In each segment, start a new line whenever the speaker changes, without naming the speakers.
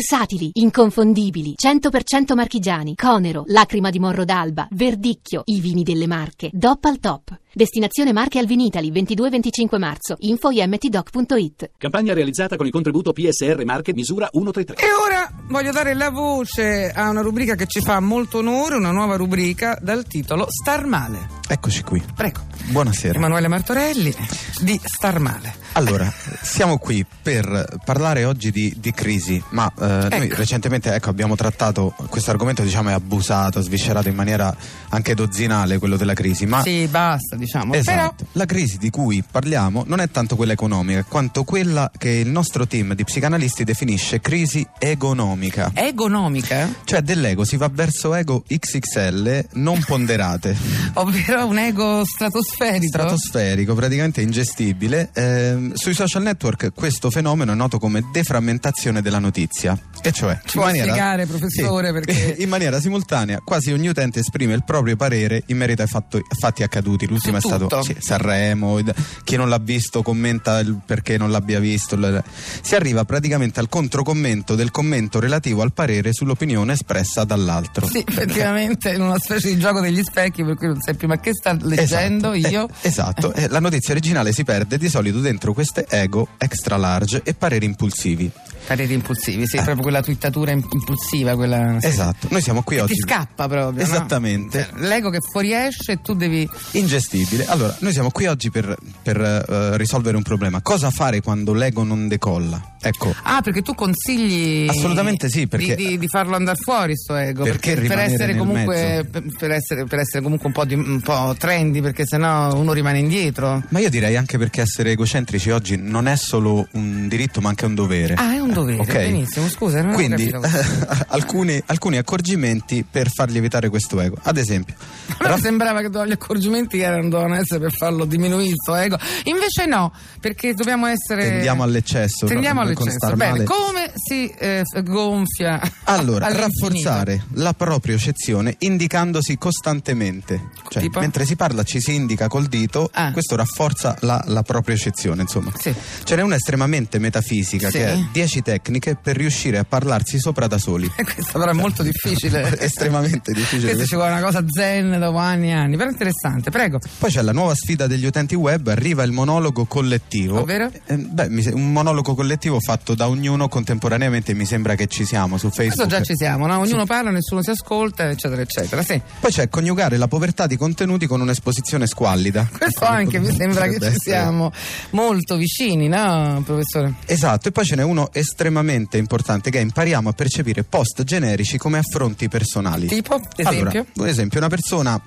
Versatili, inconfondibili, 100% marchigiani, Conero, Lacrima di Morro d'Alba, Verdicchio, i vini delle Marche, DOP al top. Destinazione Marche al Vinitali, 22-25 marzo, info imtdoc.it.
Campagna realizzata con il contributo PSR Marche misura 133.
E ora voglio dare la voce a una rubrica che ci fa molto onore, una nuova rubrica dal titolo Star Male.
Eccoci qui.
Prego.
Buonasera.
Emanuele Martorelli di Star Male.
Allora, siamo qui per parlare oggi di, di crisi, ma eh, noi
Ecco.
recentemente ecco, abbiamo trattato questo argomento, diciamo, è abusato, sviscerato in maniera anche dozzinale quello della crisi, ma
Sì, basta, diciamo.
Esatto. La crisi di cui parliamo non è tanto quella economica, quanto quella che il nostro team di psicanalisti definisce crisi economica.
Però eh? è economica,
Cioè dell'ego si va verso ego XXL non ponderate,
ovvero un ego stratosferico.
stratosferico, praticamente ingestibile. Ehm, sui social network questo fenomeno è noto come deframmentazione della notizia. E cioè,
Ci può spiegare, professore,
Sì.
perché-
in maniera simultanea quasi ogni utente esprime il proprio parere in merito ai fatto- fatti accaduti. L'ultimo è
Su
stato
tutto.
sì, Sanremo, il- chi non l'ha visto commenta il perché non l'abbia visto. l- Si arriva praticamente al controcommento del commento relativo al parere sull'opinione espressa dall'altro.
Sì, effettivamente in una specie di gioco degli specchi, per cui non sai più ma che sta leggendo
Esatto,
io.
eh, esatto, eh, la notizia originale si perde di solito dentro queste ego extra large e pareri impulsivi.
Pareri impulsivi, sì, proprio quella twittatura imp- impulsiva, quella.
Eh. Esatto, noi siamo qui
Che
oggi.
ti scappa proprio. no?
Esattamente.
Cioè, L'ego che fuoriesce e tu devi.
Ingestibile. Allora, noi siamo qui oggi per, per, eh, risolvere un problema. Cosa fare quando l'ego non decolla? Ecco,
Ah, perché tu consigli.
Assolutamente sì, perché-
Di, di- di farlo andare fuori sto ego.
Perché
per
rimanere
essere
nel
comunque.
mezzo?
Per, per essere, per essere comunque un po', di, un po' trendy, perché sennò uno rimane indietro.
ma io direi anche perché essere egocentrici oggi non è solo un diritto, ma anche un dovere.
Ah, è un dovere,
Eh. Ok.
benissimo, scusa, non ho
Quindi,
capito questo.
alcuni, alcuni accorgimenti per fargli evitare questo ego. Ad esempio,
A me sembrava che gli accorgimenti erano dovevano essere per farlo diminuire il suo ego. Invece no, perché dobbiamo essere.
Tendiamo all'eccesso,
Tendiamo
proprio, con
all'eccesso.
star
Bene,
male.
come si eh, f- gonfia?
Allora,
all'infinito?
rafforzare la propria accezione indicandosi costantemente. Cioè,
Tipo?
mentre si parla ci si indica col dito,
Ah.
questo rafforza la, la propria accezione, insomma.
Sì.
Ce n'è una estremamente metafisica
Sì.
che è 10 tecniche per riuscire a parlarsi sopra da soli.
Questo però è molto difficile.
Estremamente difficile.
Questo ci vuole una cosa zen dopo anni e anni, però interessante, prego.
Poi c'è la nuova sfida degli utenti web, arriva il monologo collettivo.
Ovvero?
Eh, beh, mi se- un monologo collettivo fatto da ognuno contemporaneamente, mi sembra che ci siamo su Facebook.
Adesso già ci siamo, no? ognuno parla, nessuno si ascolta, eccetera, eccetera. Sì.
Poi c'è coniugare la povertà di contenuti con un'esposizione squallida. Ecco,
Questo anche mi sembra che
Potrebbe
ci
essere.
siamo molto vicini, no, professore?
Esatto, e poi ce n'è uno estremamente importante che è impariamo a percepire post generici come affronti personali.
Tipo,
Allora,
esempio.
un esempio, una persona.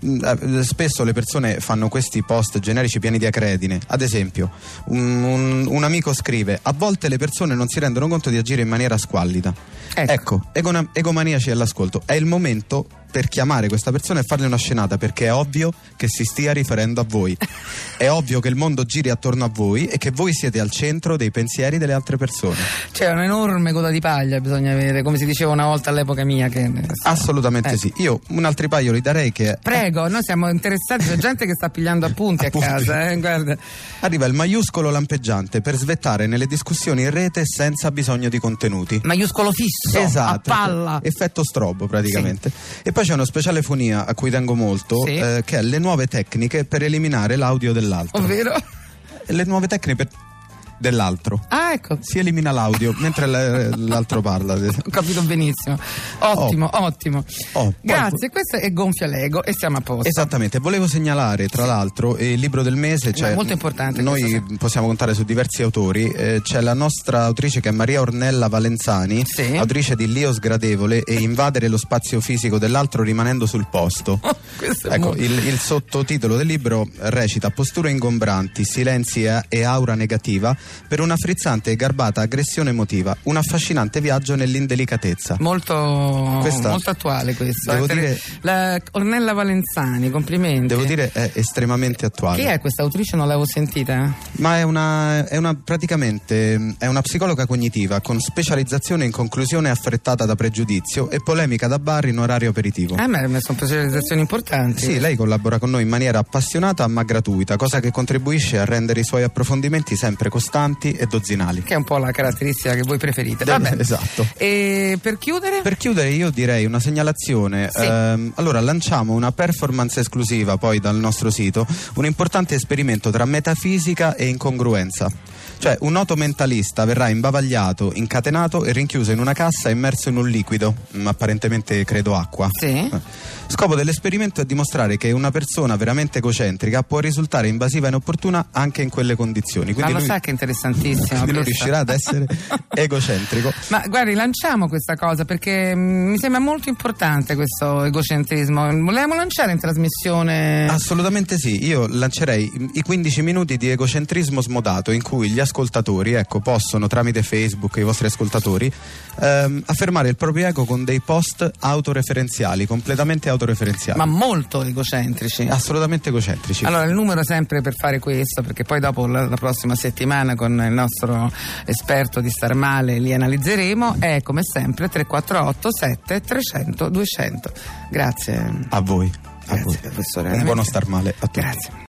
mh, eh, Spesso le persone fanno questi post generici pieni di acredine. Ad esempio, un, un- un amico scrive: A volte le persone non si rendono conto di agire in maniera squallida.
Ecco.
egona- egomaniaci all'ascolto. È il momento per chiamare questa persona e farle una scenata perché è ovvio che si stia riferendo a voi. è ovvio che il mondo giri attorno a voi e che voi siete al centro dei pensieri delle altre persone.
C'è un'enorme coda di paglia, bisogna avere, come si diceva una volta all'epoca mia. Che...
Assolutamente
Eh.
sì. Io un altro paio li darei che è-
Prego, noi siamo interessati, c'è gente che sta pigliando appunti a
Appunti.
casa, eh, guarda.
Arriva il maiuscolo lampeggiante per svettare nelle discussioni in rete senza bisogno di contenuti.
Maiuscolo fisso,
Esatto,
a palla.
effetto strobo praticamente. E poi c'è uno speciale fonia a cui tengo molto,
Sì.
eh, che è le nuove tecniche per eliminare l'audio dell'altro.
Ovvero?
Le nuove tecniche per- dell'altro.
Ah, ecco.
Si elimina l'audio mentre l- l'altro parla.
Ho capito benissimo. Ottimo,
Oh.
ottimo.
Oh, poi-
Grazie, questo è Gonfia Lego e siamo a posto.
Esattamente, volevo segnalare tra l'altro eh, il libro del mese, cioè,
è molto importante
Noi
questo,
possiamo contare su diversi autori, eh, c'è la nostra autrice che è Maria Ornella Valenzani,
Sì.
autrice di Lio sgradevole e invadere lo spazio fisico dell'altro rimanendo sul posto.
Questo è
Ecco,
Oh, molto-
il, il sottotitolo del libro recita Posture ingombranti, silenzi e, e aura negativa per una frizzante e garbata aggressione emotiva, un affascinante viaggio nell'indelicatezza.
Molto,
Questa-
molto attuale questo.
Devo
eh, per-
dire-
la Ornella Valenzani, complimenti.
Devo dire è estremamente attuale.
Chi è questa autrice? Non l'avevo sentita.
Ma è una, è una- praticamente mm, è una psicologa cognitiva con specializzazione in conclusione affrettata da pregiudizio e polemica da bar in orario aperitivo.
Ah, ma sono specializzazioni importanti.
Boh. Sì, lei collabora con noi in maniera appassionata ma gratuita, cosa che contribuisce a rendere i suoi approfondimenti sempre costanti e dozzinali.
Che è un po' la caratteristica che voi preferite. Va bene.
Esatto.
E per chiudere?
Per chiudere io direi una segnalazione,
Sì.
Ehm, allora lanciamo una performance esclusiva poi dal nostro sito, un importante esperimento tra metafisica e incongruenza. Cioè un noto mentalista verrà imbavagliato, incatenato e rinchiuso in una cassa immerso in un liquido, mm, apparentemente credo acqua.
Sì.
Eh. Scopo dell'esperimento è dimostrare che una persona veramente egocentrica può risultare invasiva e inopportuna anche in quelle condizioni.
Ma
Quindi
lo
lui-
sa che è interessantissimo.
quindi lui
questo.
riuscirà ad essere egocentrico.
Ma guardi, lanciamo questa cosa perché mm, mi sembra molto importante questo egocentrismo. Volevamo lanciare in trasmissione.
Assolutamente sì, io lancerei i 15 minuti di egocentrismo smodato in cui gli ascoltatori, ecco, possono tramite Facebook, i vostri ascoltatori, ehm, affermare il proprio ego con dei post autoreferenziali, completamente autoreferenziali.
ma molto egocentrici.
Assolutamente egocentrici.
Allora, il numero sempre per fare questo, perché poi dopo la, la prossima settimana con il nostro esperto di star male li analizzeremo, è come sempre 348 7 300 200. Grazie.
a voi, a
Grazie,
voi.
professore.
Un buono star male a tutti.
Grazie.